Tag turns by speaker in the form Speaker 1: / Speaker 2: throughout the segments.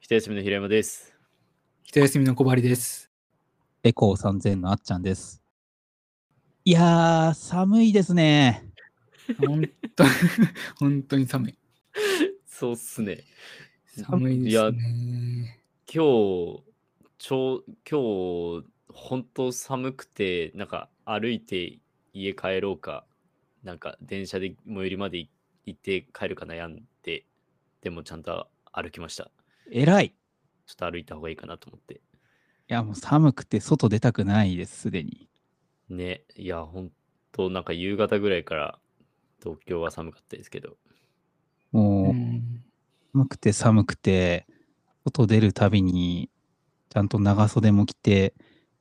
Speaker 1: 一休みの平山です。
Speaker 2: 一休みの小針です。
Speaker 3: エコー3000のあっちゃんです。いやー、寒いですね。
Speaker 2: 本当に 本当に寒い。
Speaker 1: そうっすね。
Speaker 2: 寒い
Speaker 1: い
Speaker 2: です
Speaker 1: や、
Speaker 2: ね。
Speaker 1: 今日、ちょう今日、本当寒くて、なんか歩いて家帰ろうか、なんか電車で最寄りまでい行って帰るか悩んで、でもちゃんと歩きました。
Speaker 3: えらい。い
Speaker 1: ちょっと歩いた方がいいかなと思って。
Speaker 3: や、もう寒くて外出たくないです、すでに。
Speaker 1: ね、いや、本当なんか夕方ぐらいから東京は寒かったですけど、
Speaker 3: もう、
Speaker 2: うん
Speaker 3: 寒くて寒くて、外出るたびに、ちゃんと長袖も着て、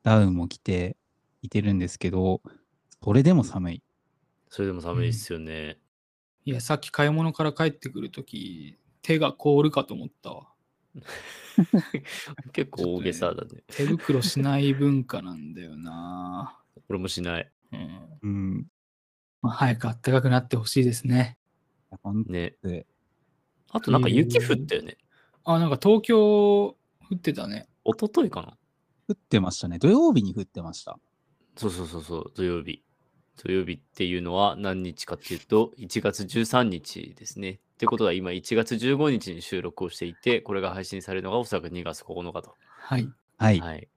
Speaker 3: ダウンも着て、いてるんですけど、それでも寒い。
Speaker 1: それでも寒いですよね。
Speaker 2: いや、さっき買い物から帰ってくるとき、手が凍るかと思ったわ。
Speaker 1: 結構大げさ だね。
Speaker 2: 手袋しない文化なんだよな。
Speaker 1: 俺もしない。
Speaker 2: うん
Speaker 3: うん。
Speaker 2: まあ、早く暖かくなってほしいですね。
Speaker 3: ほん
Speaker 1: ね。
Speaker 3: と
Speaker 1: あとなんか雪降ったよね。
Speaker 2: あ、なんか東京降ってたね。
Speaker 1: 一昨日かな
Speaker 3: 降ってましたね。土曜日に降ってました。
Speaker 1: そうそうそうそう、土曜日。土曜日っていうのは何日かっていうと、1月13日ですね。ってことは今1月15日に収録をしていて、これが配信されるのがおそらく2月9日と。
Speaker 2: はい。
Speaker 3: はい。
Speaker 1: はい。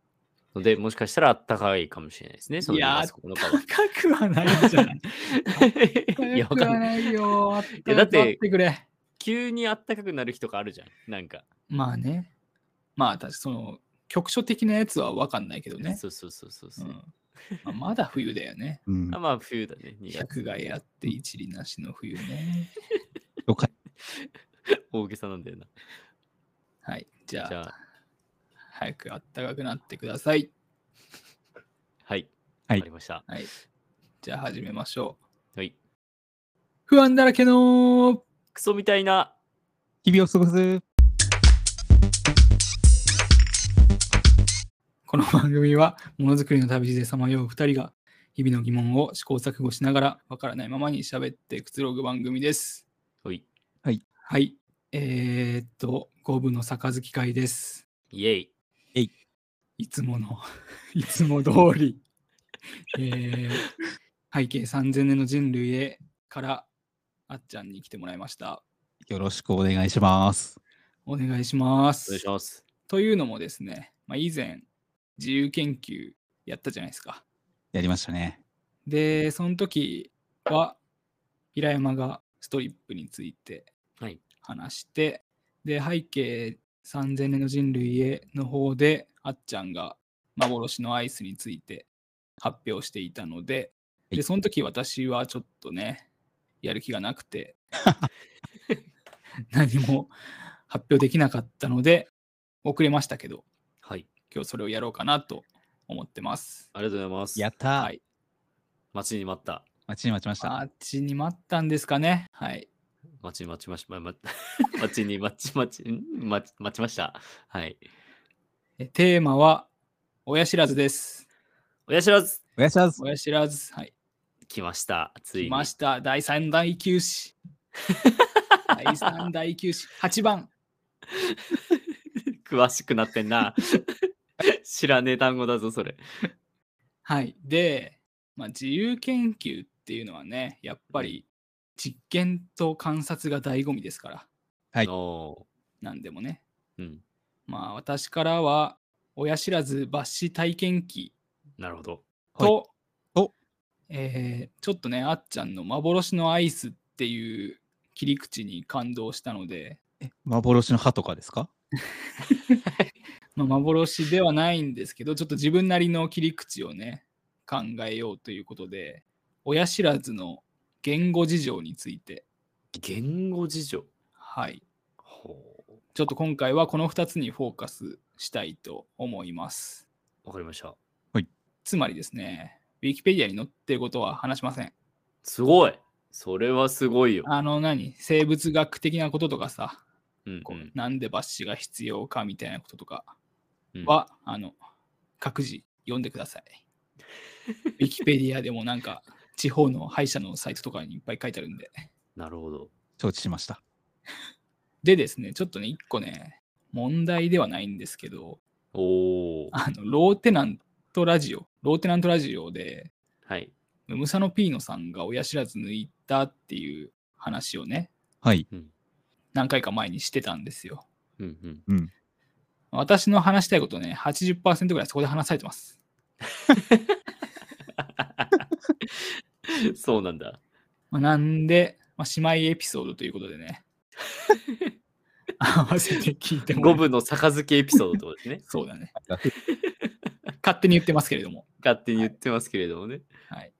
Speaker 1: ので、もしかしたらあったかいかもしれないですね。その
Speaker 2: い
Speaker 1: 2
Speaker 2: やー
Speaker 1: 月9日は。
Speaker 2: 高くはないじゃない。
Speaker 1: いや、
Speaker 2: 高
Speaker 1: わ
Speaker 2: く
Speaker 1: か
Speaker 2: は
Speaker 1: んない。
Speaker 2: ないよ。あっ
Speaker 1: やだ
Speaker 2: た
Speaker 1: って
Speaker 2: かくくれ。
Speaker 1: 急にあったかくなる日とかあるじゃん。なんか。
Speaker 2: まあね。まあ、私、その、局所的なやつは分かんないけどね。
Speaker 1: そうそうそうそう
Speaker 2: う
Speaker 1: そう、
Speaker 2: んまあ、まだ冬だよ ね。
Speaker 3: うん
Speaker 1: あ。まあ、冬だね。2月。
Speaker 2: 百害あって一理なしの冬 ね。
Speaker 3: 了解
Speaker 1: 大げさなんだよな。
Speaker 2: はい。じゃあ、
Speaker 1: じゃあ、
Speaker 2: 早く暖かくなってください。
Speaker 1: はい。
Speaker 3: はい
Speaker 1: わかりました。
Speaker 2: はい。じゃあ、始めましょう。
Speaker 1: はい。
Speaker 2: 不安だらけの
Speaker 1: クソみたいな。
Speaker 3: 日々を過ごす。
Speaker 2: この番組は、ものづくりの旅路でさまよう2人が、日々の疑問を試行錯誤しながら、わからないままに喋ってくつろぐ番組です。
Speaker 1: はい。
Speaker 2: はい。えー、っと、五分の杯会です。
Speaker 1: イェイ。
Speaker 2: いつもの、 いつも通り、 えー背景3000年の人類へから、あっちゃんに来てもらいました。
Speaker 3: よろしくお願いします。
Speaker 2: お願いしま
Speaker 1: お願い
Speaker 2: す
Speaker 1: し。ます。
Speaker 2: というのもですね、まあ、以前、自由研究やったじゃないですか。
Speaker 3: やりましたね。
Speaker 2: で、その時は、平山がストリップについて
Speaker 1: はい
Speaker 2: 話して、で、背景3000年の人類への方で、あっちゃんが幻のアイスについて発表していたので、
Speaker 3: はい
Speaker 2: で、その時私はちょっとね、やる気がなくて、 何も発表できなかったので、遅れましたけど、
Speaker 1: はい。
Speaker 2: 今日それをやろうかなと思ってます。
Speaker 1: ありがとうございます。
Speaker 3: やったー。
Speaker 2: はい
Speaker 1: 待ちに待った。
Speaker 3: 待ちに待ちました。
Speaker 2: あっちに待ったんですかね。はい。
Speaker 1: 待ちに待ちました。ま、ま 待ちに待ち待ちん待ち待ちました。はい。
Speaker 2: えテーマは、親知らずです。
Speaker 1: 親知らず
Speaker 3: お願いします。
Speaker 2: 親知らず。はい。
Speaker 1: 来ました。ついに。
Speaker 2: 来ました。第3、第9子。第3、第9子。8番。
Speaker 1: 詳しくなってんな。 知らねえ単語だぞ、それ。
Speaker 2: はい。で、まあ、自由研究っていうのはね、やっぱり実験と観察が醍醐味ですから、
Speaker 3: はい
Speaker 1: お
Speaker 2: 何でもね。
Speaker 1: ーうん。
Speaker 2: まあ、私からは、親知らず抜歯体験記
Speaker 1: なるほど。
Speaker 2: と、
Speaker 3: はいお
Speaker 2: えーちょっとね、あっちゃんの幻のアイスっていう切り口に感動したので、
Speaker 3: え幻の歯とかですか
Speaker 2: まあ、幻ではないんですけど、ちょっと自分なりの切り口をね、考えようということで、親知らずの言語事情について、
Speaker 1: 言語事情。
Speaker 2: はい、
Speaker 1: ほう
Speaker 2: ちょっと今回はこの2つにフォーカスしたいと思います。
Speaker 1: わかりました。
Speaker 2: つまりですね、Wikipedia に載ってることは話しません。
Speaker 1: すごいそれはすごいよ。
Speaker 2: あの何、生物学的なこととかさ、
Speaker 1: うん
Speaker 2: こ
Speaker 1: う
Speaker 2: うんなんで抜歯が必要かみたいなこととか
Speaker 1: うん
Speaker 2: は、あの各自読んでください。ウィキペディアでもなんか地方の歯医者のサイトとかにいっぱい書いてあるんで。
Speaker 1: なるほど。
Speaker 3: 承知しました。
Speaker 2: でですね、ちょっとね、一個ね、問題ではないんですけど、
Speaker 1: おお。
Speaker 2: あの、ローテナントラジオ、ローテナントラジオで、
Speaker 1: はい。
Speaker 2: ムムサノピーノさんが親知らず抜いたっていう話をね、
Speaker 3: はい。
Speaker 2: 何回か前にしてたんですよ。
Speaker 1: うんうん。
Speaker 3: うん。
Speaker 2: 私の話したいことね、80%ぐらいそこで話されてます。
Speaker 1: そうなんだ。
Speaker 2: まあ、なんで、まあ、姉妹エピソードということで ね、合わせて聞いてもら
Speaker 1: 五
Speaker 2: う。
Speaker 1: 分の杯エピソードってことですね
Speaker 2: そうだね。勝手に言ってますけれども。
Speaker 1: 勝手に言ってますけれどもね。
Speaker 2: はい。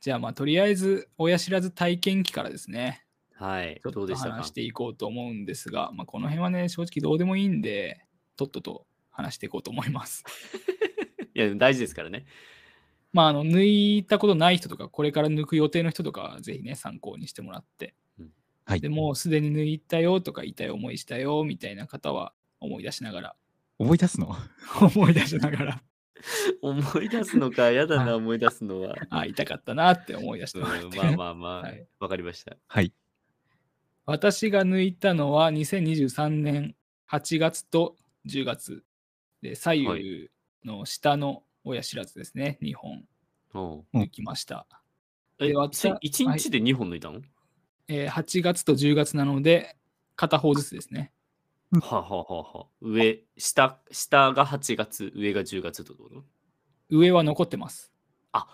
Speaker 2: じゃあ、まあ、とりあえず、親知らず体験記からですね、
Speaker 1: はい
Speaker 2: ちょ。っ
Speaker 1: どうで
Speaker 2: と
Speaker 1: したか
Speaker 2: 話していこうと思うんですが、まあ、この辺はね、正直どうでもいいんで、とっとと話していこうと思います。
Speaker 1: いや、でも大事ですからね。
Speaker 2: まあ、あの、抜いたことない人とか、これから抜く予定の人とかは、ぜひね、参考にしてもらって。
Speaker 3: はい
Speaker 2: で。もうすでに抜いたよとか、痛い思いしたよみたいな方は、思い出しながら、
Speaker 3: 思い出すの
Speaker 2: 思い出しながら、
Speaker 1: 思い出すのか、やだ
Speaker 2: はい
Speaker 1: な、思い出すのは。
Speaker 2: あ、痛かったなって思い出して
Speaker 1: う
Speaker 2: もら
Speaker 1: ん、
Speaker 2: って
Speaker 1: まあまあまあ、
Speaker 2: は
Speaker 1: わ、
Speaker 2: い
Speaker 1: かりました。
Speaker 3: はい。
Speaker 2: 私が抜いたのは2023年8月と10月で左
Speaker 1: は
Speaker 2: 右の下の親知らずですね、2本
Speaker 1: おう
Speaker 3: うん
Speaker 2: 抜きました、
Speaker 1: え、
Speaker 2: でわた
Speaker 1: 1日で2本抜いたの、
Speaker 2: えー8月と10月なので片方ずつですね
Speaker 1: はあはあはあはあ上、下、下が8月、上が10月ってこと
Speaker 2: 上は残ってます
Speaker 1: あ、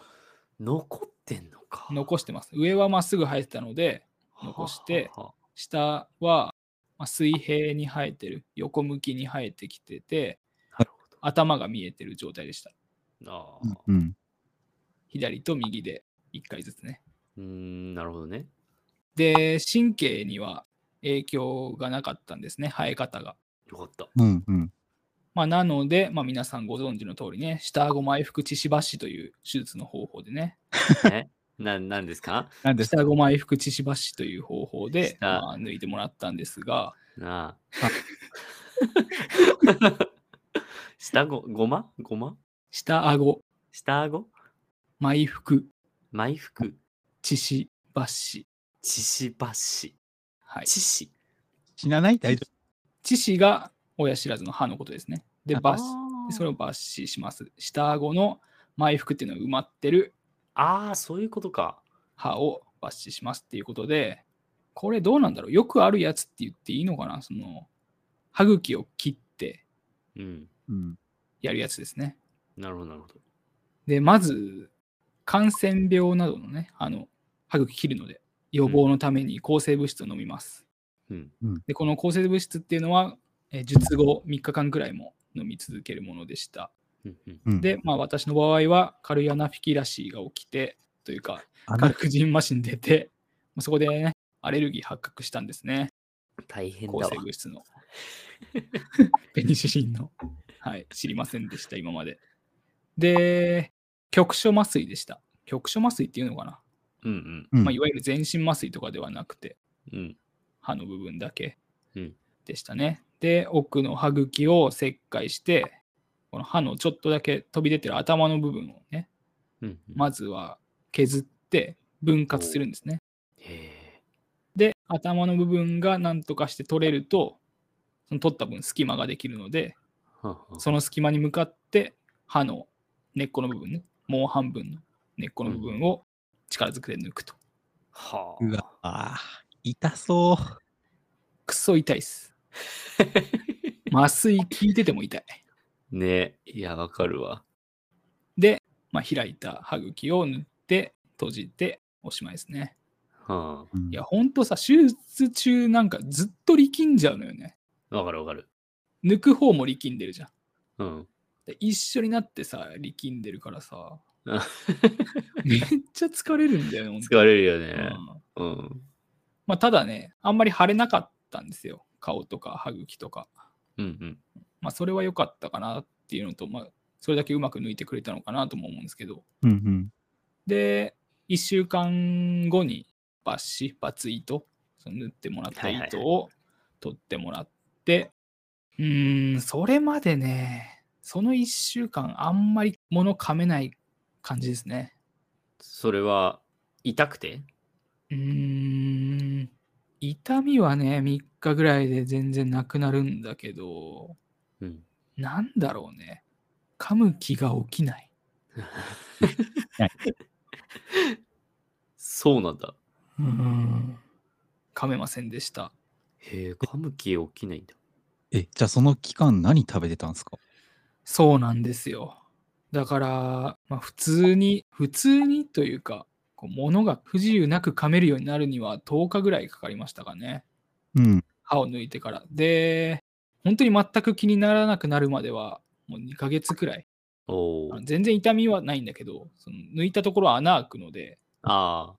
Speaker 1: 残ってんのか。
Speaker 2: 残してます上はまっすぐ生えてたので残して
Speaker 1: はあはあ
Speaker 2: 下はまあ水平に生えてる横向きに生えてきてて
Speaker 1: なるほど
Speaker 2: 頭が見えてる状態でした
Speaker 1: あ
Speaker 3: うん
Speaker 1: あ、
Speaker 3: うん。
Speaker 2: 左と右で1回ずつね
Speaker 1: うーん、なるほどね。
Speaker 2: で、神経には影響がなかったんですね、生え方が。
Speaker 1: よか った。
Speaker 3: うん。うん。
Speaker 2: まあ、なので、まあ、皆さんご存知の通りね、下顎埋伏チシバシという手術の方法でね、
Speaker 1: えななんですか
Speaker 3: なんです
Speaker 2: 下顎埋伏チシバシという方法で、
Speaker 1: 下
Speaker 2: まあ、抜いてもらったんですが、
Speaker 1: なあ。 下ご、ごまごま
Speaker 2: 下顎
Speaker 1: 下顎
Speaker 2: 埋伏
Speaker 1: 埋伏
Speaker 2: チシバシ。
Speaker 1: ちしばし。
Speaker 2: はい。
Speaker 1: ちし。
Speaker 3: 死なない大丈
Speaker 2: チシが親知らずの歯のことですね。で、
Speaker 3: あ
Speaker 2: バシ
Speaker 1: あ。ー
Speaker 2: それを抜歯します。下顎の埋伏っていうのは埋まってる
Speaker 1: あー、そういうことか。
Speaker 2: 歯を抜歯しますっていうことで、これどうなんだろうよくあるやつって言っていいのかなその、歯茎を切って
Speaker 1: うん。
Speaker 3: 夫。うん。
Speaker 2: やるやつですね。
Speaker 1: なるほど、なるほど。
Speaker 2: で、まず、感染病などのね、あの、歯茎切るので、予防のために抗生物質を飲みます。
Speaker 1: うん。
Speaker 2: で、この抗生物質っていうのは、えー術後3日間くらいも飲み続けるものでした。
Speaker 1: うんうん
Speaker 3: うん、
Speaker 2: で、まあ私の場合は、軽いアナフィキラシーが起きて、というか、
Speaker 3: あの
Speaker 2: 軽くジンマシン出て、まあそこでね、アレルギー発覚したんですね。
Speaker 1: 大変だ
Speaker 2: 抗
Speaker 1: わ
Speaker 2: 生。物質のペニシリンの、はい、知りませんでした今までで局所麻酔でした局所麻酔っていうのかな、
Speaker 1: うん
Speaker 3: うん
Speaker 2: まあ、いわゆる全身麻酔とかではなくて
Speaker 1: うん。うん。
Speaker 2: 歯の部分だけ
Speaker 1: うん
Speaker 2: でしたね、で奥の歯茎を切開してこの歯のちょっとだけ飛び出てる頭の部分をね
Speaker 1: うんうん。
Speaker 2: まずは削って分割するんですね
Speaker 1: へ
Speaker 2: で頭の部分が何とかして取れるとその取った分隙間ができるので
Speaker 1: ーはあはあ
Speaker 2: その隙間に向かって歯の根っこの部分ね、もう半分の根っこの部分を力ずくで抜くと。
Speaker 1: は
Speaker 3: うわあー痛そう。
Speaker 2: くっそ痛いっ す。麻酔効いてても痛い。
Speaker 1: あ。ねいや、わかるわ。
Speaker 2: で、まあ、開いた歯茎を塗って、閉じて、おしまいですね。
Speaker 1: は
Speaker 3: うん
Speaker 2: いや、ほんとさ、手術中なんかずっと力んじゃうのよね。
Speaker 1: あ。わかるわかる。
Speaker 2: 抜く方も力んでるじゃん。
Speaker 1: うん。
Speaker 2: で一緒になってさ、力んでるからさ
Speaker 1: あ、
Speaker 2: めっちゃ疲れるんだよね、ほんと
Speaker 1: 疲れるよね。
Speaker 2: うん
Speaker 1: うん。
Speaker 2: まあ、ただね、あんまり腫れなかったんですよ。顔とか歯茎とか。
Speaker 1: うんうん。
Speaker 2: まあ、それは良かったかなっていうのと、まあ、それだけうまく抜いてくれたのかなとも思うんですけど。
Speaker 3: うんうん。
Speaker 2: で、1週間後に抜歯、抜糸、その縫ってもらった
Speaker 1: はいはいはい
Speaker 2: 糸を取ってもらって、うーん、それまでね、その1週間、あんまり物噛めない感じですね。
Speaker 1: それは、痛くて
Speaker 2: うーん、痛みはね、3日ぐらいで全然なくなるんだけど、
Speaker 1: うん。
Speaker 2: なんだろうね。噛む気が起きない。
Speaker 1: そうなんだ。
Speaker 2: うん。噛めませんでした。
Speaker 1: へえ、噛む気起きないんだ。
Speaker 3: え、じゃあその期間何食べてたんですか
Speaker 2: そうなんですよ。だから、まあ、普通に、普通にというか、こう物が不自由なく噛めるようになるには10日ぐらいかかりましたかね。
Speaker 3: うん。
Speaker 2: 歯を抜いてから。で、本当に全く気にならなくなるまでは、もう2ヶ月くらい。
Speaker 1: お
Speaker 2: あ
Speaker 1: ー
Speaker 2: の全然痛みはないんだけど、その抜いたところは穴開くので、
Speaker 1: あ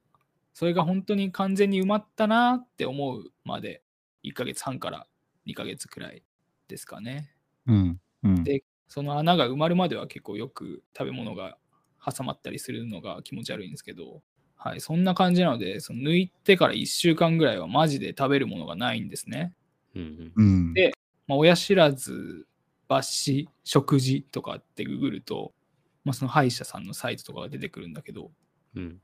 Speaker 2: それが本当に完全に埋まったなって思うまで、1ヶ月半から2ヶ月くらいですかね。
Speaker 3: うん。うん。
Speaker 2: でその穴が埋まるまでは結構よく食べ物が挟まったりするのが気持ち悪いんですけど、はい、そんな感じなので、その抜いてから1週間ぐらいはマジで食べるものがないんですね。
Speaker 1: ー。うん
Speaker 3: うん。
Speaker 2: でまあ、親知らず、抜歯、食事とかってググると、まあ、その歯医者さんのサイトとかが出てくるんだけど、
Speaker 1: うん。うん。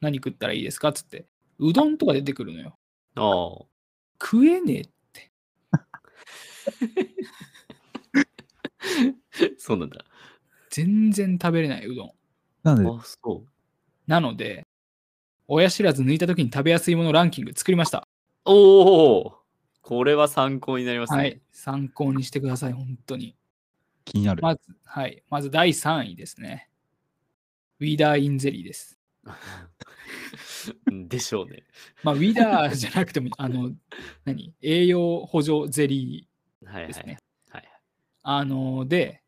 Speaker 2: 何食ったらいいですかっつって、うどんとか出てくるのよ。
Speaker 1: ああ。
Speaker 2: 食えねえ。
Speaker 1: そうなんだ。
Speaker 2: 全然食べれない、うどん。
Speaker 3: なんで、
Speaker 1: あそう。
Speaker 2: なので、親知らず抜いた時に食べやすいものランキング作りました。
Speaker 1: おおこれは参考になりますね。
Speaker 2: はい、参考にしてください、本当に。
Speaker 3: 気になる。
Speaker 2: まず、はい、まず第3位ですね。ウィダーインゼリーです。
Speaker 1: でしょうね。
Speaker 2: まあ、ウィダーじゃな くても、あの、何栄養補助ゼリ
Speaker 1: はいは
Speaker 2: ーで
Speaker 1: い。
Speaker 2: すね。
Speaker 1: はい
Speaker 2: あの、で、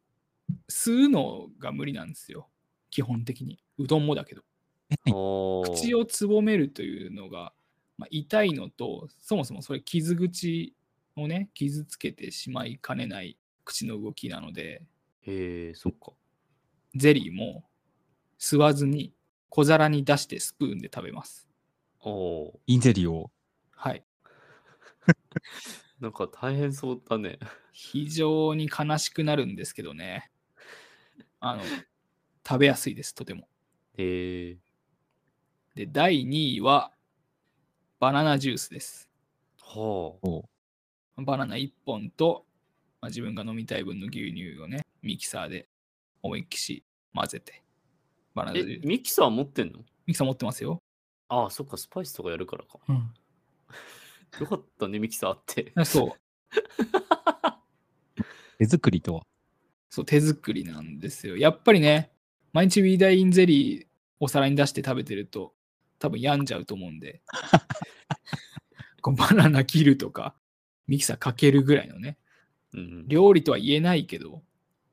Speaker 2: 吸うのが無理なんですよ。基本的に。うどんもだけど。
Speaker 1: はい、おー
Speaker 2: 口をつぼめるというのが、まあ、痛いのと、そもそもそれ傷口をね、傷つけてしまいかねない口の動きなので、
Speaker 1: へえ、そっか。
Speaker 2: ゼリーも吸わずに小皿に出してスプーンで食べます。
Speaker 1: おお
Speaker 3: インゼリーを。
Speaker 2: はい。
Speaker 1: なんか大変そうだね。
Speaker 2: 非常に悲しくなるんですけどね。あの、食べやすいです、とても。
Speaker 1: へえ。
Speaker 2: で、第2位は、バナナジュースです。
Speaker 1: はあ。
Speaker 3: おう
Speaker 2: バナナ1本と、まあ、自分が飲みたい分の牛乳をね、ミキサーで思いっきし混ぜて。バナナジュ
Speaker 1: え
Speaker 2: ー、ス。ミ
Speaker 1: ミキサー持ってんの
Speaker 2: キサー持ってますよ。
Speaker 1: ああ、そっか、スパイスとかやるからか。よかったね、ミキサーあって。
Speaker 2: あそう。
Speaker 3: 手作りとは。
Speaker 2: そう、手作りなんですよ。やっぱりね、毎日ウィーダインゼリーお皿に出して食べてると、多分病んじゃうと思うんで、こうバナナ切るとか、ミキサーかけるぐらいのね、
Speaker 1: うんうん、
Speaker 2: 料理とは言えないけど、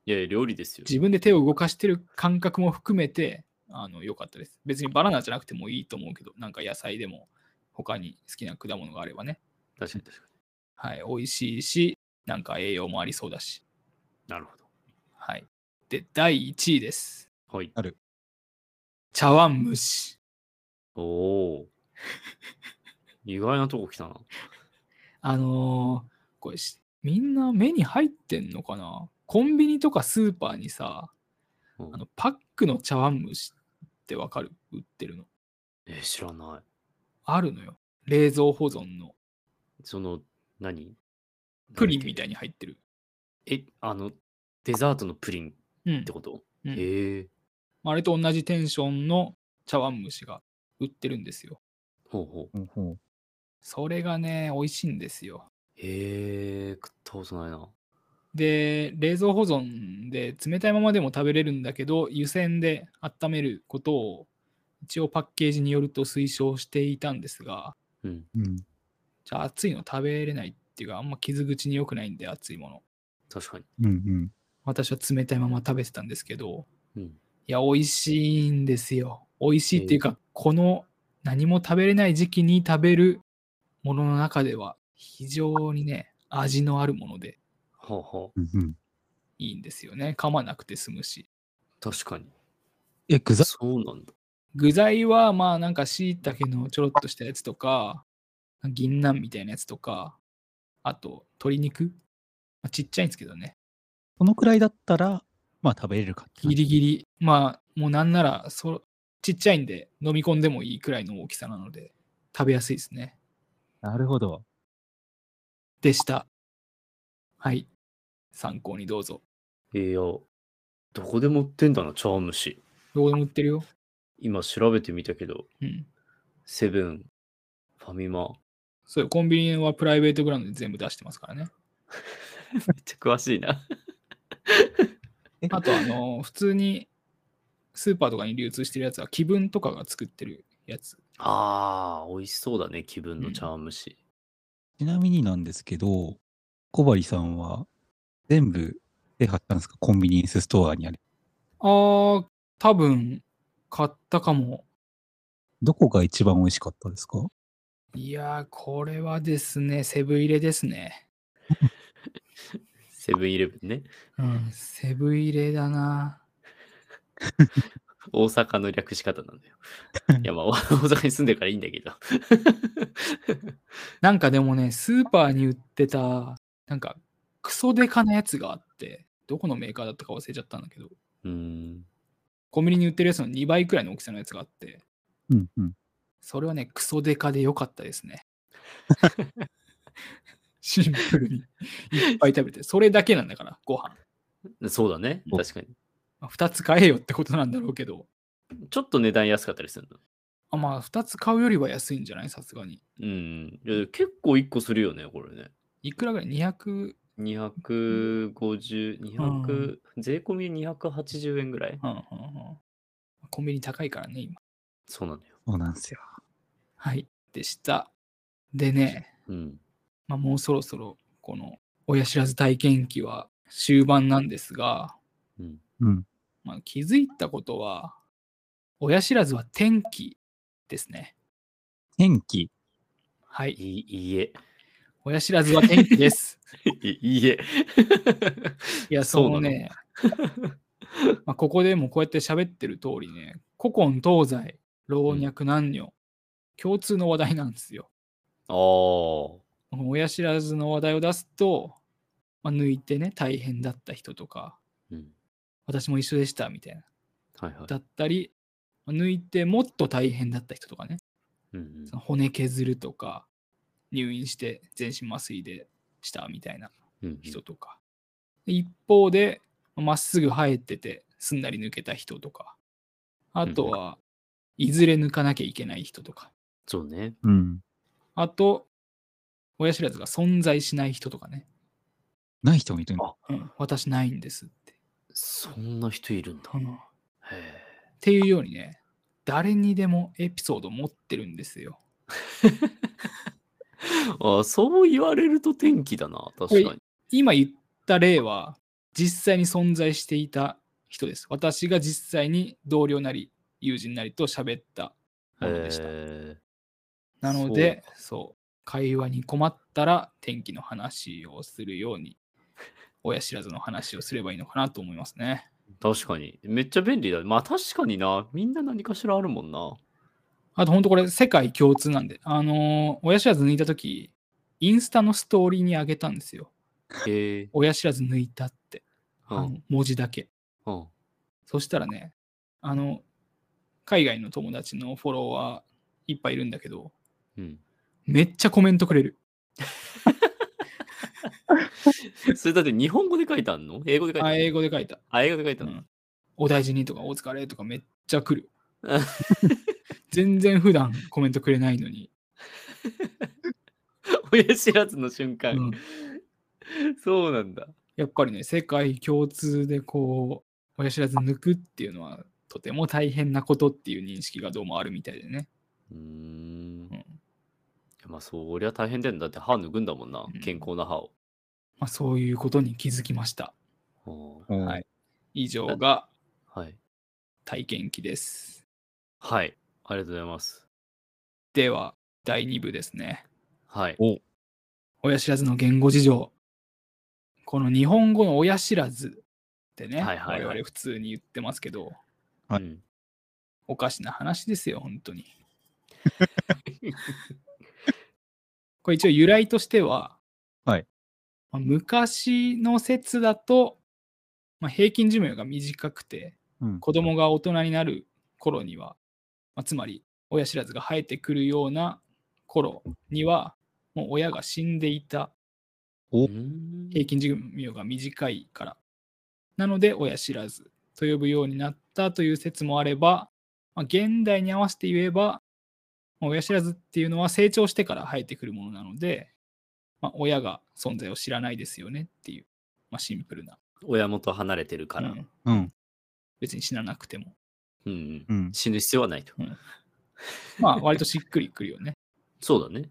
Speaker 1: いやいや、料理ですよ。
Speaker 2: 自分で手を動かしてる感覚も含めて、あの、良かったです。別にバナナじゃなくてもいいと思うけど、なんか野菜でも、他に好きな果物があればね、
Speaker 1: 確かに確か
Speaker 2: はい、美味しいし、なんか栄養もありそうだし、
Speaker 1: に。なるほ
Speaker 2: はい。で、第1位です。
Speaker 1: ど。はい。
Speaker 2: 茶碗蒸し。
Speaker 1: おお。意外なとこ来たな。
Speaker 2: あのーこれしみんな目に入ってんのかなコンビニとかスーパーにさ、
Speaker 1: うん
Speaker 2: あのパックの茶碗蒸しってわかる売ってるの。
Speaker 1: えー、知らない。
Speaker 2: あるのよ。冷蔵保存の
Speaker 1: その、何
Speaker 2: プリンみたいに入ってる。
Speaker 1: え、あの、デザートのプリン
Speaker 2: うん
Speaker 1: って。こと、
Speaker 2: うん
Speaker 1: へえ。
Speaker 2: まああれと同じテンションの茶碗蒸しが売ってるんですよ。
Speaker 1: ほうほう。
Speaker 3: ほうほう
Speaker 2: それがね、美味しいんですよ。
Speaker 1: へえ、食ったことないな。
Speaker 2: で、冷蔵保存で冷たいままでも食べれるんだけど、湯煎で温めることを一応パッケージによると推奨していたんですが、
Speaker 1: うん。
Speaker 3: うん。
Speaker 2: じゃあ暑いの食べれないっていうか、あんま傷口に良くないんで、暑いもの。
Speaker 1: 確かに。
Speaker 3: うんうん。
Speaker 2: 私は冷たいまま食べてたんですけど、
Speaker 1: うん。
Speaker 2: いや、美味しいんですよ。美味しいっていうか、この何も食べれない時期に食べるものの中では、非常にね、味のあるもので
Speaker 1: はあは
Speaker 3: うんうん。
Speaker 2: いいんですよね。噛まなくて済むし。
Speaker 1: あ。確かに。
Speaker 3: え、具材
Speaker 1: そうなんだ。
Speaker 2: 具材は、まあなんか椎茸のちょろっとしたやつとか、銀杏みたいなやつとか、あと鶏肉、まあ、ちっちゃいんですけどね。
Speaker 3: このくらいだったら、まあ食べれるかって感
Speaker 2: ギ
Speaker 3: じ。
Speaker 2: リギリ、まあ、もうなんならそ、ちっちゃいんで、飲み込んでもいいくらいの大きさなので、食べやすいですね。
Speaker 3: なるほど。
Speaker 2: でした。はい。参考にどうぞ。
Speaker 1: いや、どこでも売ってんだな、茶碗蒸し。
Speaker 2: どこでも売ってるよ。
Speaker 1: 今調べてみたけど、
Speaker 2: うん。
Speaker 1: セブン、ファミマ。
Speaker 2: そうよコンビニはプライベートブランドで全部出してますからね。
Speaker 1: めっちゃ詳しいな。
Speaker 2: あと、あの、普通にスーパーとかに流通してるやつは、気分とかが作ってるやつ。
Speaker 1: ああ、美味しそうだね、気分の茶碗蒸し。
Speaker 3: ちなみになんですけど、小針さんは全部手貼ったんですかコンビニエンスストアにある。
Speaker 2: あー、多分買ったかも。
Speaker 3: どこが一番美味しかったですか
Speaker 2: いやー、これはですね、セブン入れですね。
Speaker 1: セブンイレブンね。
Speaker 2: うん、セブン入れだな。
Speaker 1: 大阪の略し方なん だよ。いや、まあ、大阪に住んでるからいいんだけど。
Speaker 2: なんかでもね、スーパーに売ってた、なんか、クソデカなやつがあって、どこのメーカーだったか忘れちゃったんだけど、
Speaker 1: うーん。
Speaker 2: コンビニに売ってるやつの2倍くらいの大きさのやつがあって、
Speaker 3: うんうん。
Speaker 2: それはね、クソデカで良かったですね。 シンプルにいっぱい食べて、それだけなんだから、ご飯。
Speaker 1: そうだね、
Speaker 3: お
Speaker 1: 確かに。
Speaker 2: まあ、2つ買えよってことなんだろうけど、
Speaker 1: ちょっと値段安かったりするの。
Speaker 2: あまあ、2つ買うよりは安いんじゃないさすがに。
Speaker 1: うん。いや結構1個するよね、これね。
Speaker 2: いくらぐらい ?200、
Speaker 1: 250、200、税込み280円ぐらい
Speaker 2: うんうんうん、コンビニ高いからね、今。
Speaker 1: そうなのよ。
Speaker 3: そうなんですよ。
Speaker 2: はい、でした。でね、
Speaker 1: うん。
Speaker 2: まあ、もうそろそろこの親知らず体験記は終盤なんですが、
Speaker 1: うん、
Speaker 3: うん。
Speaker 2: まあ、気づいたことは親知らずは天気ですね
Speaker 3: 天気。
Speaker 2: はい
Speaker 1: いいい え。
Speaker 2: 親知らずは天気です
Speaker 1: いいいえ。
Speaker 2: いや
Speaker 1: そ
Speaker 2: そう
Speaker 1: なの
Speaker 2: のね まあここでもこうやって喋ってる通りね古今東西老若男女、共通の話題なんですよ
Speaker 1: ああ。
Speaker 2: この親知らずの話題を出すと、まあ、抜いてね大変だった人とか
Speaker 1: うん。
Speaker 2: 私も一緒でしたみたいな
Speaker 1: はいはい
Speaker 2: だ。ったり、抜いてもっと大変だった人とかね、
Speaker 1: うんうん
Speaker 2: その骨削るとか、入院して全身麻酔でしたみたいな
Speaker 1: うんうん
Speaker 2: 人とか、一方で、まっすぐ生えてて、すんなり抜けた人とか、あとは、いずれ抜かなきゃいけない人とか、
Speaker 1: そうね。
Speaker 3: うん。
Speaker 2: あと、親知らずが存在しない人とかね、
Speaker 3: ない人もいるんだ
Speaker 1: あ
Speaker 2: うん、私ないんですって、
Speaker 1: そんな人いるんだ。
Speaker 2: うんっ
Speaker 1: へえ。
Speaker 2: ていうようにね、誰にでもエピソード持ってるんですよ。
Speaker 1: あそう言われると天気だな、確かに。
Speaker 2: 今言った例は実際に存在していた人です。私が実際に同僚なり友人なりと喋ったものでした。
Speaker 1: へえ
Speaker 2: なのでそう会話に困ったら天気の話をするように親知らずの話をすればいいのかなと思いますね。
Speaker 1: 確かに。めっちゃ便利だ。まあ確かにな。みんな何かしらあるもんな。
Speaker 2: あと本当これ世界共通なんで、あのー親知らず抜いた時インスタのストーリーにあげたんですよ。
Speaker 1: へえ。
Speaker 2: 親知らず抜いたって、
Speaker 1: う
Speaker 2: あ
Speaker 1: ん
Speaker 2: の文字だけ。
Speaker 1: うん。
Speaker 2: そしたらね、あの、海外の友達のフォロワーいっぱいいるんだけど、
Speaker 1: うん。
Speaker 2: めっちゃコメントくれる。
Speaker 1: それだって日本語で書いてあんの英語で書いてあ
Speaker 2: あ、
Speaker 1: んの
Speaker 2: 英語で書いた。
Speaker 1: あ、英語で書いてあ
Speaker 2: う
Speaker 1: るの
Speaker 2: んお大事にとか、お疲れとかめっちゃ来 る
Speaker 1: うん。
Speaker 2: 全然普段コメントくれないのに。
Speaker 1: 親知らずの瞬間。
Speaker 2: うん
Speaker 1: そうなんだ。
Speaker 2: やっぱりね、世界共通でこう、親知らず抜くっていうのは、とても大変なことっていう認識がどうもあるみたいでね。
Speaker 1: うー。
Speaker 2: うんん
Speaker 1: まあそりゃ大変だよ。だって歯抜くんだもんな
Speaker 2: うん。
Speaker 1: 健康な歯を。
Speaker 2: まあ、そういうことに気づきました。
Speaker 1: うん
Speaker 3: うん
Speaker 2: はい以上が
Speaker 1: はい。
Speaker 2: 体験記です。
Speaker 1: はい。ありがとうございます。
Speaker 2: では第2部ですね
Speaker 1: はい。
Speaker 3: お
Speaker 2: 親知らずの言語事情この日本語の親知らずってね、
Speaker 1: はいはいはい
Speaker 2: 我々普通に言ってますけど
Speaker 3: はい
Speaker 1: うん
Speaker 2: おかしな話ですよ本 当にこれ一応由来としては、
Speaker 3: はい
Speaker 2: まあ昔の説だと、まあ、平均寿命が短くて
Speaker 3: うん
Speaker 2: 子供が大人になる頃には、まあ、つまり親知らずが生えてくるような頃にはもう親が死んでいた
Speaker 3: お
Speaker 1: うん
Speaker 2: 平均寿命が短いから。なので、親知らずと呼ぶようになったという説もあれば、まあ、現代に合わせて言えば、まあ親知らずっていうのは成長してから生えてくるものなので、まあ、親が存在を知らないですよねっていう、まあ、シンプルな。
Speaker 1: 親元離れてるから、
Speaker 2: う
Speaker 1: うん
Speaker 2: ん
Speaker 3: うん。
Speaker 2: 別に死ななくても。
Speaker 1: うん
Speaker 3: うん。
Speaker 1: 死ぬ必要はないと。
Speaker 2: まあ、割としっくりくるよね。
Speaker 1: そうだね。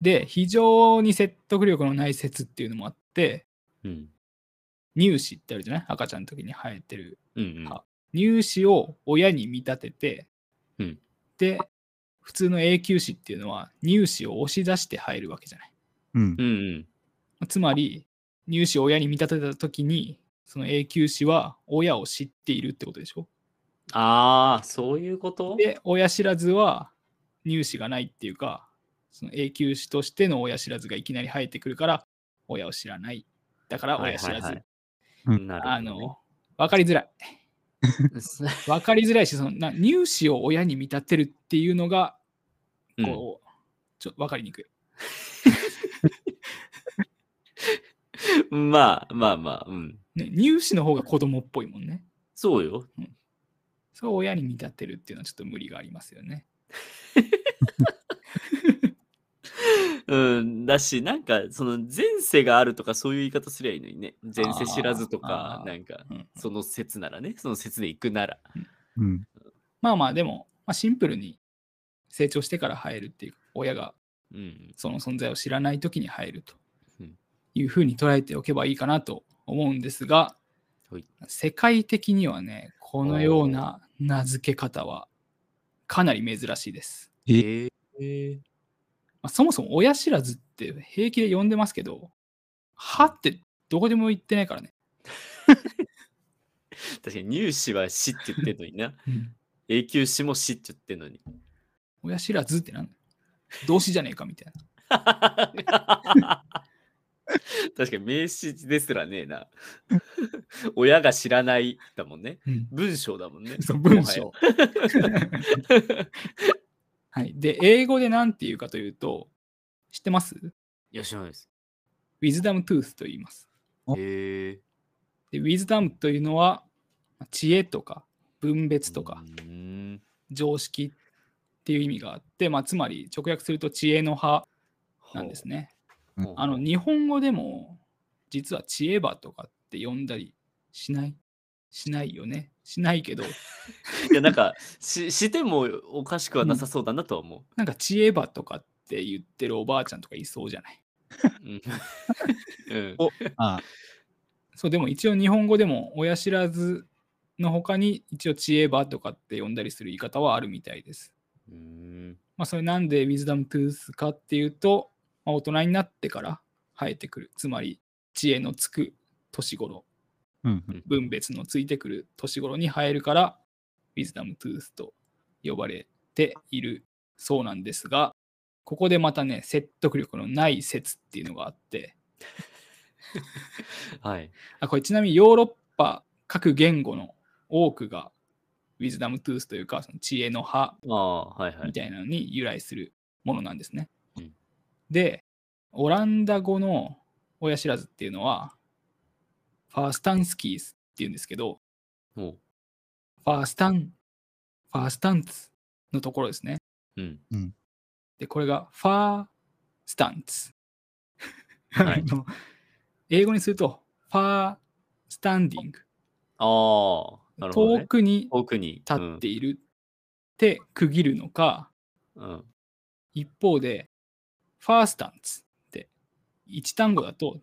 Speaker 2: で、非常に説得力のない説っていうのもあって、
Speaker 1: うん。
Speaker 2: 乳歯ってあるじゃない赤ちゃんの時に生えてる
Speaker 1: うん
Speaker 2: は入試を親に見立てて、
Speaker 1: うん
Speaker 2: で普通の永久歯っていうのは入試を押し出して入るわけじゃない
Speaker 3: うん
Speaker 1: うん。う。ん
Speaker 2: つまり入試を親に見立てた時にその永久歯は親を知っているってことでしょ
Speaker 1: ああ、そういうこと
Speaker 2: で親知らずは入試がないっていうかその永久歯としての親知らずがいきなり生えてくるから親を知らないだから親知ら
Speaker 1: は
Speaker 2: ず、
Speaker 1: いはいはい
Speaker 3: うん
Speaker 1: な
Speaker 2: あ
Speaker 1: るほどね
Speaker 2: の分かりづらい分かりづらいしそのな入試を親に見立てるっていうのが
Speaker 1: うん
Speaker 2: こう、ちょっと分かりにくい。
Speaker 1: まあまあまあ、うん。
Speaker 2: ね、入試の方が子供っぽいもんね。
Speaker 1: そうよ。
Speaker 2: それを親に見立てるっていうのはちょっと無理がありますよね。
Speaker 1: うん、だし、なんか、その前世があるとかそういう言い方すりゃいいのにね。前世知らずと
Speaker 2: あ
Speaker 1: か
Speaker 2: ー、
Speaker 1: なんか、
Speaker 2: うん
Speaker 1: その説ならね、その説で行くなら。
Speaker 3: うん。
Speaker 2: まあまあでも、まあ、シンプルに成長してから生えるっていう親が
Speaker 1: うん。
Speaker 2: その存在を知らない時に生えると
Speaker 1: うん
Speaker 2: いうふうに捉えておけばいいかなと思うんですが
Speaker 1: はい
Speaker 2: 世界的にはねこのような名付け方はかなり珍しいです。
Speaker 1: ええ
Speaker 2: まあそもそも親知らずって平気で呼んでますけど、歯ってどこでも言ってないからね。
Speaker 1: 確かに入試は死って言ってんのにな。永久死も死って言ってんのに。
Speaker 2: 親知らずってなんだ動詞じゃねえかみたいな。
Speaker 1: 確かに名詞ですらねえな。親が知らないだもんね。文章だもんね。
Speaker 2: そう、文章。はい。で、英語で何て言うかというと、知ってます
Speaker 1: いや、知らないです。
Speaker 2: ?wisdom tooth と言います。
Speaker 3: お
Speaker 1: へえ。
Speaker 2: で、wisdom というのは、まあ知恵とか分別とか
Speaker 1: うーん。
Speaker 2: 常識っていう意味があって、まあ、つまり直訳すると知恵の葉なんですね。
Speaker 1: ほう。
Speaker 2: あの日本語でも実は知恵葉とかって呼んだりしないしないよねしないけど
Speaker 1: いや、なんか、ししてもおかしくはなさそうだなとは思。
Speaker 2: なんか知恵葉とかって言ってるおばあちゃんとかいそうじゃないう
Speaker 1: うん。うん
Speaker 3: おあ
Speaker 2: そうでも一応日本語でも親知らずの他に一応知恵葉とかって呼んだりする言い方はあるみたいです
Speaker 1: うーん。
Speaker 2: まあそれなんで Wisdom Tooth かっていうと、まあ、大人になってから生えてくるつまり知恵のつく年頃
Speaker 3: うんうん。
Speaker 2: 分別のついてくる年頃に生えるから、ウィズダムトゥースと呼ばれているそうなんですが、ここでまたね、説得力のない説っていうのがあって、
Speaker 1: はい。
Speaker 2: あこれちなみにヨーロッパ各言語の多くが、ウィズダムトゥースというか、その知恵の葉
Speaker 1: ああ、はいは
Speaker 2: み
Speaker 1: い。
Speaker 2: たいなのに由来するものなんですね。
Speaker 1: うん
Speaker 2: で、オランダ語の親知らずっていうのは、ファースタンスキースっていうんですけど、
Speaker 1: もう。
Speaker 2: ファースタン、ファースタンツのところですね。
Speaker 1: うん。
Speaker 2: で、これがファースタンツ。
Speaker 1: はい
Speaker 2: あの英語にすると、ファースタンディング。
Speaker 1: ああ、なるほど、
Speaker 2: 遠
Speaker 1: ね。
Speaker 2: くに
Speaker 1: 遠くに
Speaker 2: 立っているって区切るのか、
Speaker 1: うん。うん
Speaker 2: 一方で、ファースタンツって、一単語だと、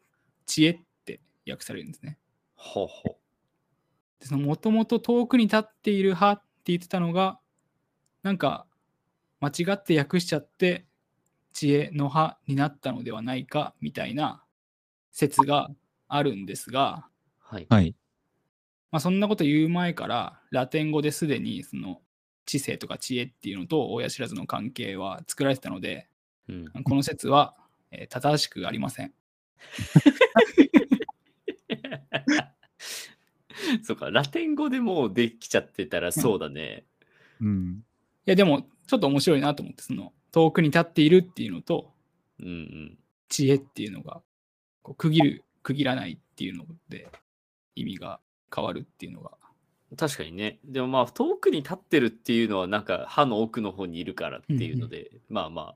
Speaker 2: 知恵って訳されるんですね。
Speaker 1: ほうほ
Speaker 2: でそのもともと遠くに立っている派って言ってたのがなんか間違って訳しちゃって知恵の派になったのではないかみたいな説があるんですが、
Speaker 1: う。はい。
Speaker 3: はい。
Speaker 2: まあ、そんなこと言う前からラテン語ですでにその知性とか知恵っていうのと親知らずの関係は作られてたので
Speaker 1: うん。
Speaker 2: この説は、えー正しくありません。
Speaker 1: そうか、ラテン語でもうできちゃってたらそうだね。
Speaker 3: うん。
Speaker 2: いやでもちょっと面白いなと思ってその遠くに立っているっていうのと
Speaker 1: うんうん。
Speaker 2: 知恵っていうのが、こう区切る、区切らないっていうので、意味が変わるっていうのが。
Speaker 1: 確かにね。でもまあ遠くに立ってるっていうのはなんか歯の奥の方にいるからっていうので、まあまあ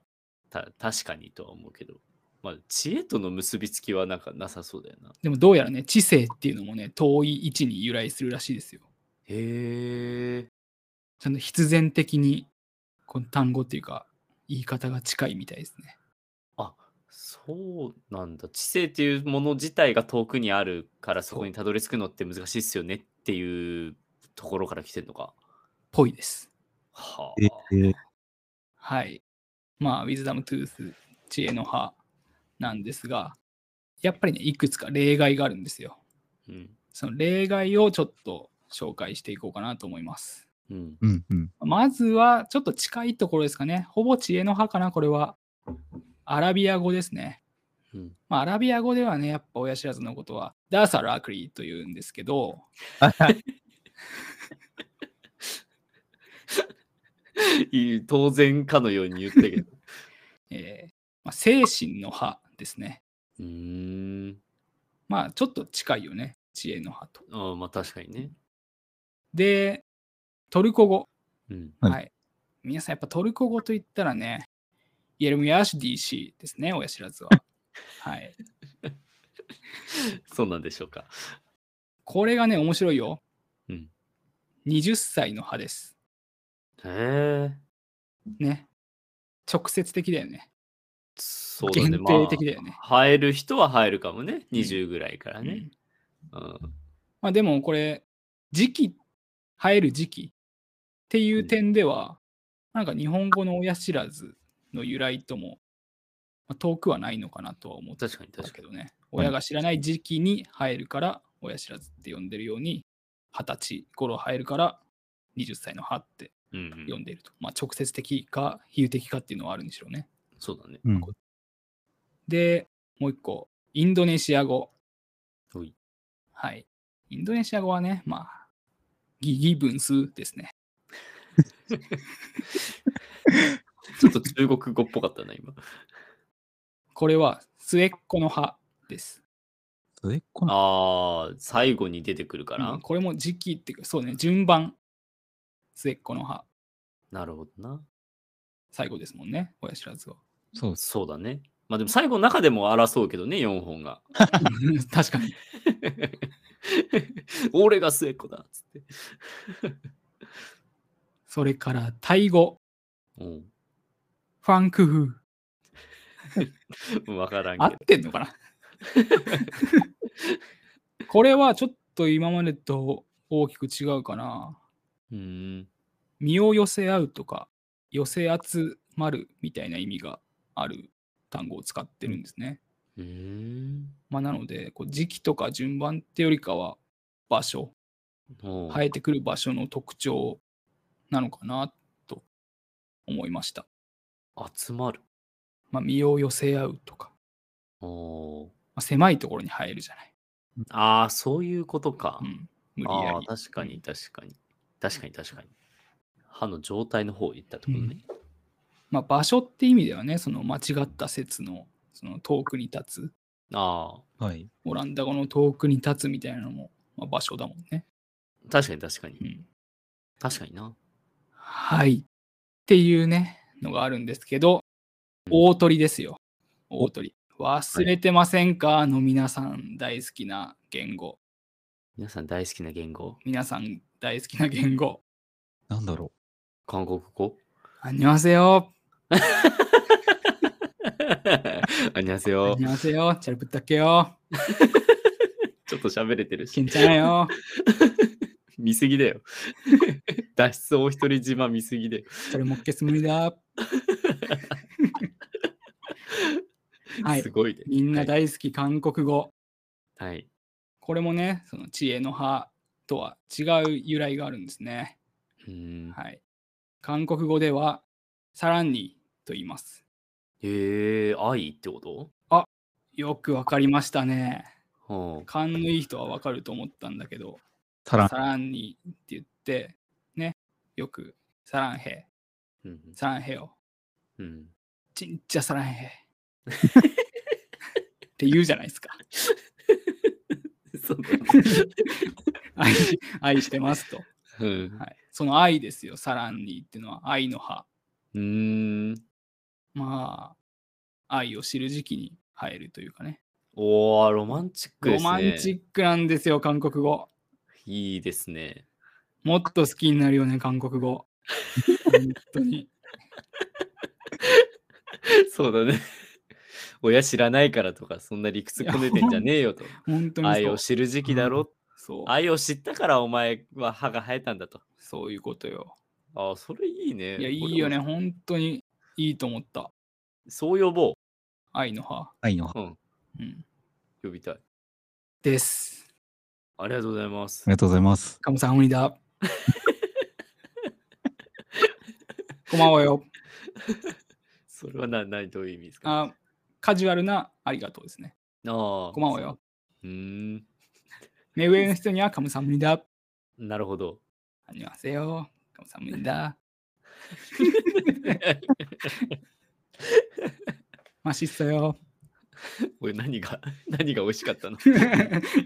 Speaker 1: た確かにとは思うけど、まあ知恵との結びつきはなんかなさそうだよな。
Speaker 2: でもどうやらね、知性っていうのもね、遠い位置に由来するらしいですよ。
Speaker 1: へえ。
Speaker 2: その必然的に、この単語っていうか、言い方が近いみたいですね。
Speaker 1: そうなんだ。知性っていうもの自体が遠くにあるからそこにたどり着くのって難しいっすよねっていうところから来てんのか。
Speaker 2: ぽいです。
Speaker 1: はあ。
Speaker 3: え
Speaker 2: はい。まあ、ウィズダムトゥース、知恵の葉なんですが、やっぱりね、いくつか例外があるんですよ。
Speaker 1: うん。
Speaker 2: その例外をちょっと紹介していこうかなと思います。
Speaker 1: うん。
Speaker 3: うんうん。
Speaker 2: まずは、ちょっと近いところですかね。ほぼ知恵の葉かな、これは。アラビア語ですね。
Speaker 1: うん、
Speaker 2: まあ、アラビア語ではね、やっぱ親知らずのことは、ダーサラークリというんですけど、
Speaker 1: いい当然かのように言ったけど。
Speaker 2: えーまあ、精神の葉ですね。
Speaker 1: うーん。
Speaker 2: まあ、ちょっと近いよね、知恵の葉と。
Speaker 1: ああまあ確かにね。
Speaker 2: で、トルコ語。
Speaker 1: うん。
Speaker 3: はい
Speaker 2: はい。皆さん、やっぱトルコ語といったらね、イエルムヤシディシですね、親知ら ずは。はい。
Speaker 1: そうなんでしょうか。
Speaker 2: これがね、面白いよ。
Speaker 1: うん。
Speaker 2: 20歳の歯です。
Speaker 1: へえ。
Speaker 2: ね。直接的だよね。
Speaker 1: そうだ
Speaker 2: 限
Speaker 1: ね。
Speaker 2: 定的だよね。
Speaker 1: まあ、生える人は生えるかもね。20ぐらいから
Speaker 2: うん
Speaker 1: ね。うん。
Speaker 2: まあでもこれ、時期、生える時期っていう点では、なんか日本語の親知らずの由来とも、まあ遠くはないのかなとは思った
Speaker 1: 確かに確か
Speaker 2: けどね。親が知らない時期に生えるから、親知らずって呼んでるように、二十歳頃生えるから、20歳の歯って
Speaker 1: に。うん、う
Speaker 2: 呼
Speaker 1: ん。
Speaker 2: んでいると。まあ直接的か比喩的かっていうのはあるんでしょうね。
Speaker 1: そうだね。
Speaker 3: うん
Speaker 2: で、もう一個、インドネシア語。
Speaker 1: ほい
Speaker 2: はい。インドネシア語はね、まあ、ギギ分数ですね。
Speaker 1: ちょっと中国語っぽかったな、今。
Speaker 2: これは末っ子の葉です。
Speaker 3: それこな
Speaker 1: ああ、最後に出てくるから。
Speaker 2: うんこれも時期っていうか、そうね、順番。末っ子の葉、
Speaker 1: なるほどな。
Speaker 2: 最後ですもんね、親知らずを。
Speaker 3: そうです。
Speaker 1: そうだね。まあでも最後の中でも争うけどね、4本が。
Speaker 2: 確かに。
Speaker 1: 俺が末っ子だっつって。
Speaker 2: それから、タイ語、
Speaker 1: うん。
Speaker 2: ファンクフ
Speaker 1: わからん
Speaker 2: ー。合
Speaker 1: けど。
Speaker 2: ってんのかなこれはちょっと今までと大きく違うかな。
Speaker 1: うーん。
Speaker 2: 身を寄せ合うとか寄せ集まるみたいな意味がある単語を使ってるんですね。
Speaker 1: うーん。
Speaker 2: まあ、なのでこう時期とか順番ってよりかは場所
Speaker 1: おう
Speaker 2: 生えてくる場所の特徴なのかなと思いました。
Speaker 1: 集まる。
Speaker 2: まあ、身を寄せ合うとか、
Speaker 1: おー
Speaker 2: まあ、狭いところに生えるじゃない。
Speaker 1: ああ、そういうことか。
Speaker 2: うん、無理や
Speaker 1: ああ、
Speaker 2: り。
Speaker 1: 確かに確かに。確かに確かに。歯の状態の方行ったってことね。
Speaker 2: まあ、場所って意味ではねその間違った説のその遠くに立つ
Speaker 1: あ
Speaker 3: はい。
Speaker 2: オランダ語の遠くに立つみたいなのも、まあ、場所だもんね。
Speaker 1: あ、確かに確かに
Speaker 2: う。ん
Speaker 1: 確かにな。
Speaker 2: はい。っていうね、のがあるんですけど、大鳥ですよ。大鳥。忘れてませんか、の皆さん大好きな言語。
Speaker 1: 皆さん大好きな言語
Speaker 2: 皆さん大好きな言語。
Speaker 3: なんだろ
Speaker 1: 韓国語
Speaker 2: あんにわせよ。
Speaker 1: あにゃせ
Speaker 2: あ
Speaker 1: よ
Speaker 2: ん。にわせよ。チャルプッタケよ。
Speaker 1: ちょっと喋れてる
Speaker 2: け
Speaker 1: し
Speaker 2: ん。ちゃんよ。
Speaker 1: 見すぎ だよ。脱出お一人島見すぎだよ。
Speaker 2: チャルモッケスムリだ。はい
Speaker 1: す。ごいね。
Speaker 2: みんな
Speaker 1: はい
Speaker 2: 大好き韓国語。
Speaker 1: はい。
Speaker 2: これもね、その知恵の葉とは違う由来があるんですね。
Speaker 1: うーん。
Speaker 2: はい。韓国語では、サランニと言います。
Speaker 1: へえ、愛ってこと
Speaker 2: よくわかりましたね。
Speaker 1: はあ
Speaker 2: 勘のいい人はわかると思ったんだけど、
Speaker 3: う。たら
Speaker 2: サランニって言って、ね、よく、サランヘ、
Speaker 1: うん
Speaker 2: サランヘよ、
Speaker 1: うん。
Speaker 2: ちんちゃサランヘ、て言うじゃないですか。
Speaker 1: そうね
Speaker 2: 愛し愛してますと。
Speaker 1: うん
Speaker 2: はい、その愛ですよ、サランニーっていうのは愛の葉。
Speaker 1: うーん。
Speaker 2: まあ、愛を知る時期に入るというかね。
Speaker 1: おー、ロマンチックで
Speaker 2: ロ
Speaker 1: すね。
Speaker 2: マンチックなんですよ、韓国語。
Speaker 1: いいですね。
Speaker 2: もっと好きになるよね、韓国語。本当に。
Speaker 1: そうだね。 親知らないからとか、そんな理屈こねてんじゃねえよと。
Speaker 2: 本当に
Speaker 1: 愛
Speaker 2: そう
Speaker 1: を。知る時期だろ。
Speaker 2: そう
Speaker 1: 愛を知ったからお前は歯が生えたんだと。
Speaker 2: そういうことよ。
Speaker 1: ああ、それいいね。
Speaker 2: いや、い
Speaker 1: 俺も
Speaker 2: いよね、。本当にいいと思った。
Speaker 1: そう呼ぼ
Speaker 2: 愛の葉。
Speaker 3: 愛の。あ
Speaker 1: う。うん。
Speaker 2: うん、
Speaker 1: 呼びたい。
Speaker 2: です。
Speaker 1: ありがとうございます
Speaker 3: り。がとうございます。
Speaker 2: カムさん、おにだ。こんばんはよ。
Speaker 1: それはな何どういう意味ですか
Speaker 2: あカジュアルなありがとうですね。
Speaker 1: ああ。
Speaker 2: こんばんはよ。
Speaker 1: うーん。
Speaker 2: 目上の人にはカムサムニダ。
Speaker 1: なるほど。
Speaker 2: あにわせよ。カムサムニダ。マシッソよ。
Speaker 1: おい何が 何が美味しか ったの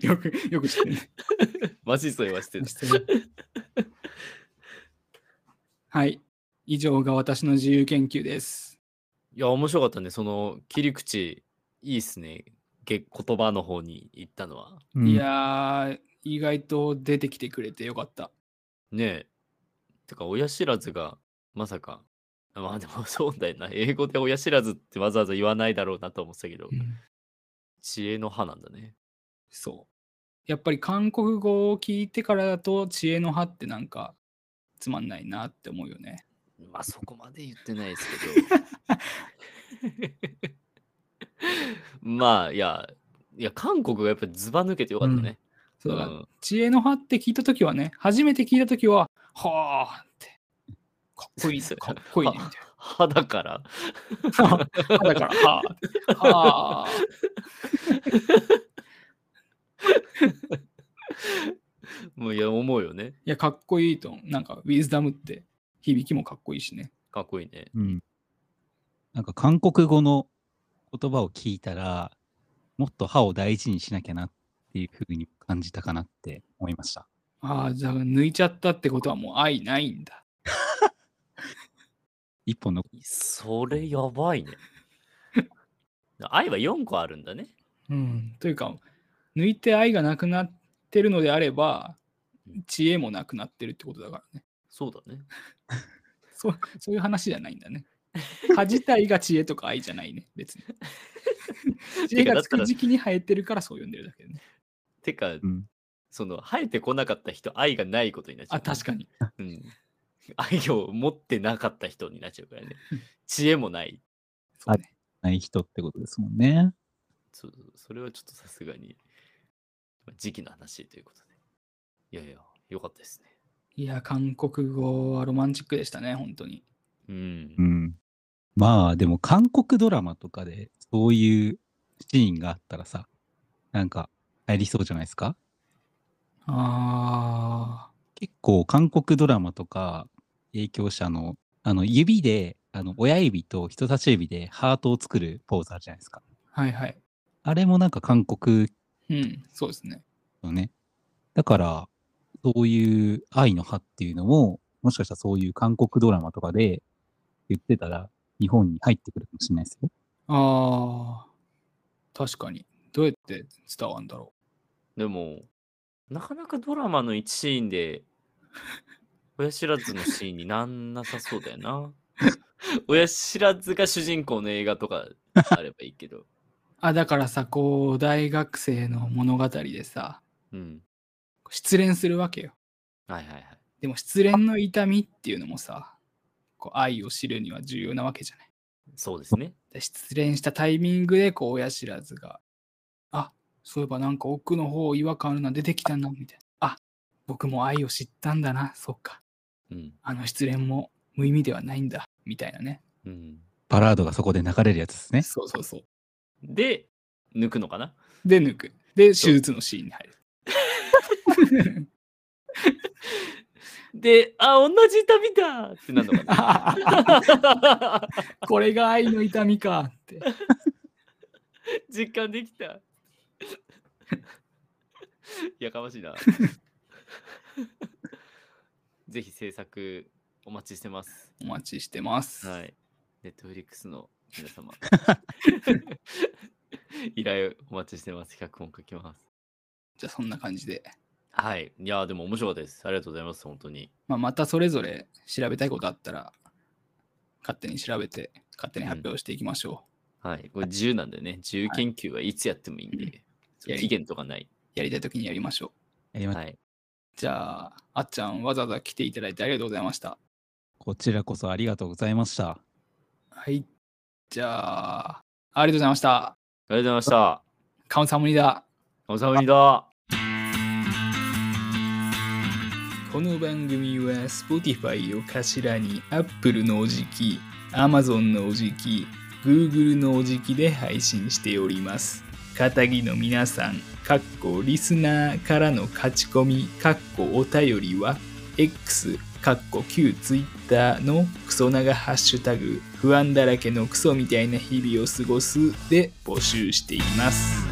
Speaker 2: よく、よく知ってる。
Speaker 1: マジそれはして
Speaker 2: マ
Speaker 1: た
Speaker 2: シ。ッソよはい。以上が私の自由研究です。
Speaker 1: いや、面白かったね。その切り口、いいっすね。げ言葉の方に行ったのは。
Speaker 3: うん
Speaker 2: いやー、意外と出てきてくれてよかった。
Speaker 1: ねえ。てか、親知らずがまさか。あまあでも そうだよな。英語で親知らずってわざわざ言わないだろうなと思ってたけど、知恵の歯なんだね。
Speaker 2: そう。やっぱり韓国語を聞いてからだと、知恵の葉ってなんかつまんないなって思うよね。
Speaker 1: まあそこまで言ってないですけど。 まあいや、いや、韓国がやっぱずば抜けてよかったね。
Speaker 2: そうだ、
Speaker 1: うん
Speaker 2: 知恵の葉って聞いたときはね、初めて聞いたときは、はあって、かっこいいね、
Speaker 1: それ
Speaker 2: かっこいいね、み
Speaker 1: は歯だから。
Speaker 2: たいな。だから、はあ、はあ、
Speaker 1: もういや、思うよね。
Speaker 2: いや、かっこいいと思う、なんか、ウィズダムって響きもかっこいいしね。
Speaker 1: かっこいいね。
Speaker 3: うん、なんか韓国語の言葉を聞いたら、もっと歯を大事にしなきゃなっていうふうに感じたかなって思いました。
Speaker 2: ああ、じゃあ、抜いちゃったってことはもう愛ないんだ。
Speaker 3: 一本の
Speaker 1: それやば いね。愛は4個あるんだね。
Speaker 2: うん。というか、抜いて愛がなくなってるのであれば
Speaker 1: うん、
Speaker 2: 知恵もなくなってるってことだからね。
Speaker 1: そうだね。
Speaker 2: そうそういう話じゃないんだね。歯自体が知恵とか愛じゃないね、別 に。知恵がつく時期に生えてるからそう呼んでるだけ でね。
Speaker 1: てか、
Speaker 3: うん
Speaker 1: その生えてこなかった人、愛がないことになっちゃう。
Speaker 2: あ、確かに。
Speaker 1: に、愛を持ってなかった人になっちゃうからね。知恵もない。
Speaker 2: そうね。
Speaker 3: ない人ってことですもんね。
Speaker 1: そうそうそれはちょっとさすがに、時期の話ということで。いやいや、よかったですね。
Speaker 2: いや、韓国語はロマンチックでしたね、本当に。
Speaker 1: うん
Speaker 3: う。ん、まあでも韓国ドラマとかでそういうシーンがあったらさ、なんか入りそうじゃないですか
Speaker 2: あ
Speaker 3: 結構韓国ドラマとか影響者のあの指であの親指と人差し指でハートを作るポーズあるじゃないですか。
Speaker 2: あ、はいはい。
Speaker 3: あれもなんか韓国
Speaker 2: うん、そうですね。
Speaker 3: よね。だから、そういう愛の歯っていうのも、もしかしたらそういう韓国ドラマとかで言ってたら、日本に入ってくるかもしれないですよ。
Speaker 2: ああ、確かに。どうやって伝わるんだろ
Speaker 1: でも、なかなかドラマの一シーンで、親知らずのシーンになんなさそうだよ な。親知らずが主人公の映画とかあればいいけど。
Speaker 2: う。あ、だからさ、こう、大学生の物語でさ、
Speaker 1: うん。
Speaker 2: 失恋するわけよ。
Speaker 1: はいはいはい。
Speaker 2: でも失恋の痛みっていうのもさ、こう愛を知るには重要なわけじゃない。
Speaker 1: そうですね。
Speaker 2: で失恋したタイミングでこう親知らずが、あそういえばなんか奥の方違和感あるな出てきたなみたいな。あ僕も愛を知ったんだな、そっか。
Speaker 1: うん。
Speaker 2: あの失恋も無意味ではないんだ、みたいなね。
Speaker 1: うん、
Speaker 3: バラードがそこで流れるやつですね。
Speaker 2: そうそうそう。
Speaker 1: で、抜くのかな
Speaker 2: で、抜く。で、手術のシーンに入る。
Speaker 1: で、あ、同じ痛みだ ってなるのかな
Speaker 2: これが愛の痛みかって。
Speaker 1: 実感できた。やかましいな。ぜひ制作お待ちしてます。
Speaker 2: お待ちしてます。
Speaker 1: はい。ネットフリックスの皆様。 依頼お待ちしてます。脚本書きます。
Speaker 2: じゃあそんな感じで、
Speaker 1: はい。いやー、でも面白かったです。ありがとうございます。本当に。
Speaker 2: まあ、またそれぞれ調べたいことあったら、勝手に調べて、勝手に発表していきましょ
Speaker 1: はい。これ自由なんだよね。自由研究はいつやってもいいんで。そう
Speaker 2: いや
Speaker 1: 期限とかない。
Speaker 2: う。やりたい時にやりましょう。
Speaker 3: やりま
Speaker 1: はい。
Speaker 2: じゃあ、あっちゃんわざわざ来ていただいてありがとうございました。
Speaker 3: こちらこそありがとうございました。
Speaker 2: はい。じゃあ、ありがとうございました。
Speaker 1: ありがとうございました。
Speaker 2: カウンサムリーダ
Speaker 1: おさむりだ。
Speaker 2: ー。この番組は Spotify を頭に Apple のおじき、Amazon のおじき、Google のおじきで配信しております。片木の皆さん、かっこリスナーからの勝ち込み、かっこお便りは、X、かっこ旧 Twitter のクソ長ハッシュタグ、不安だらけのクソみたいな日々を過ごすで募集しています。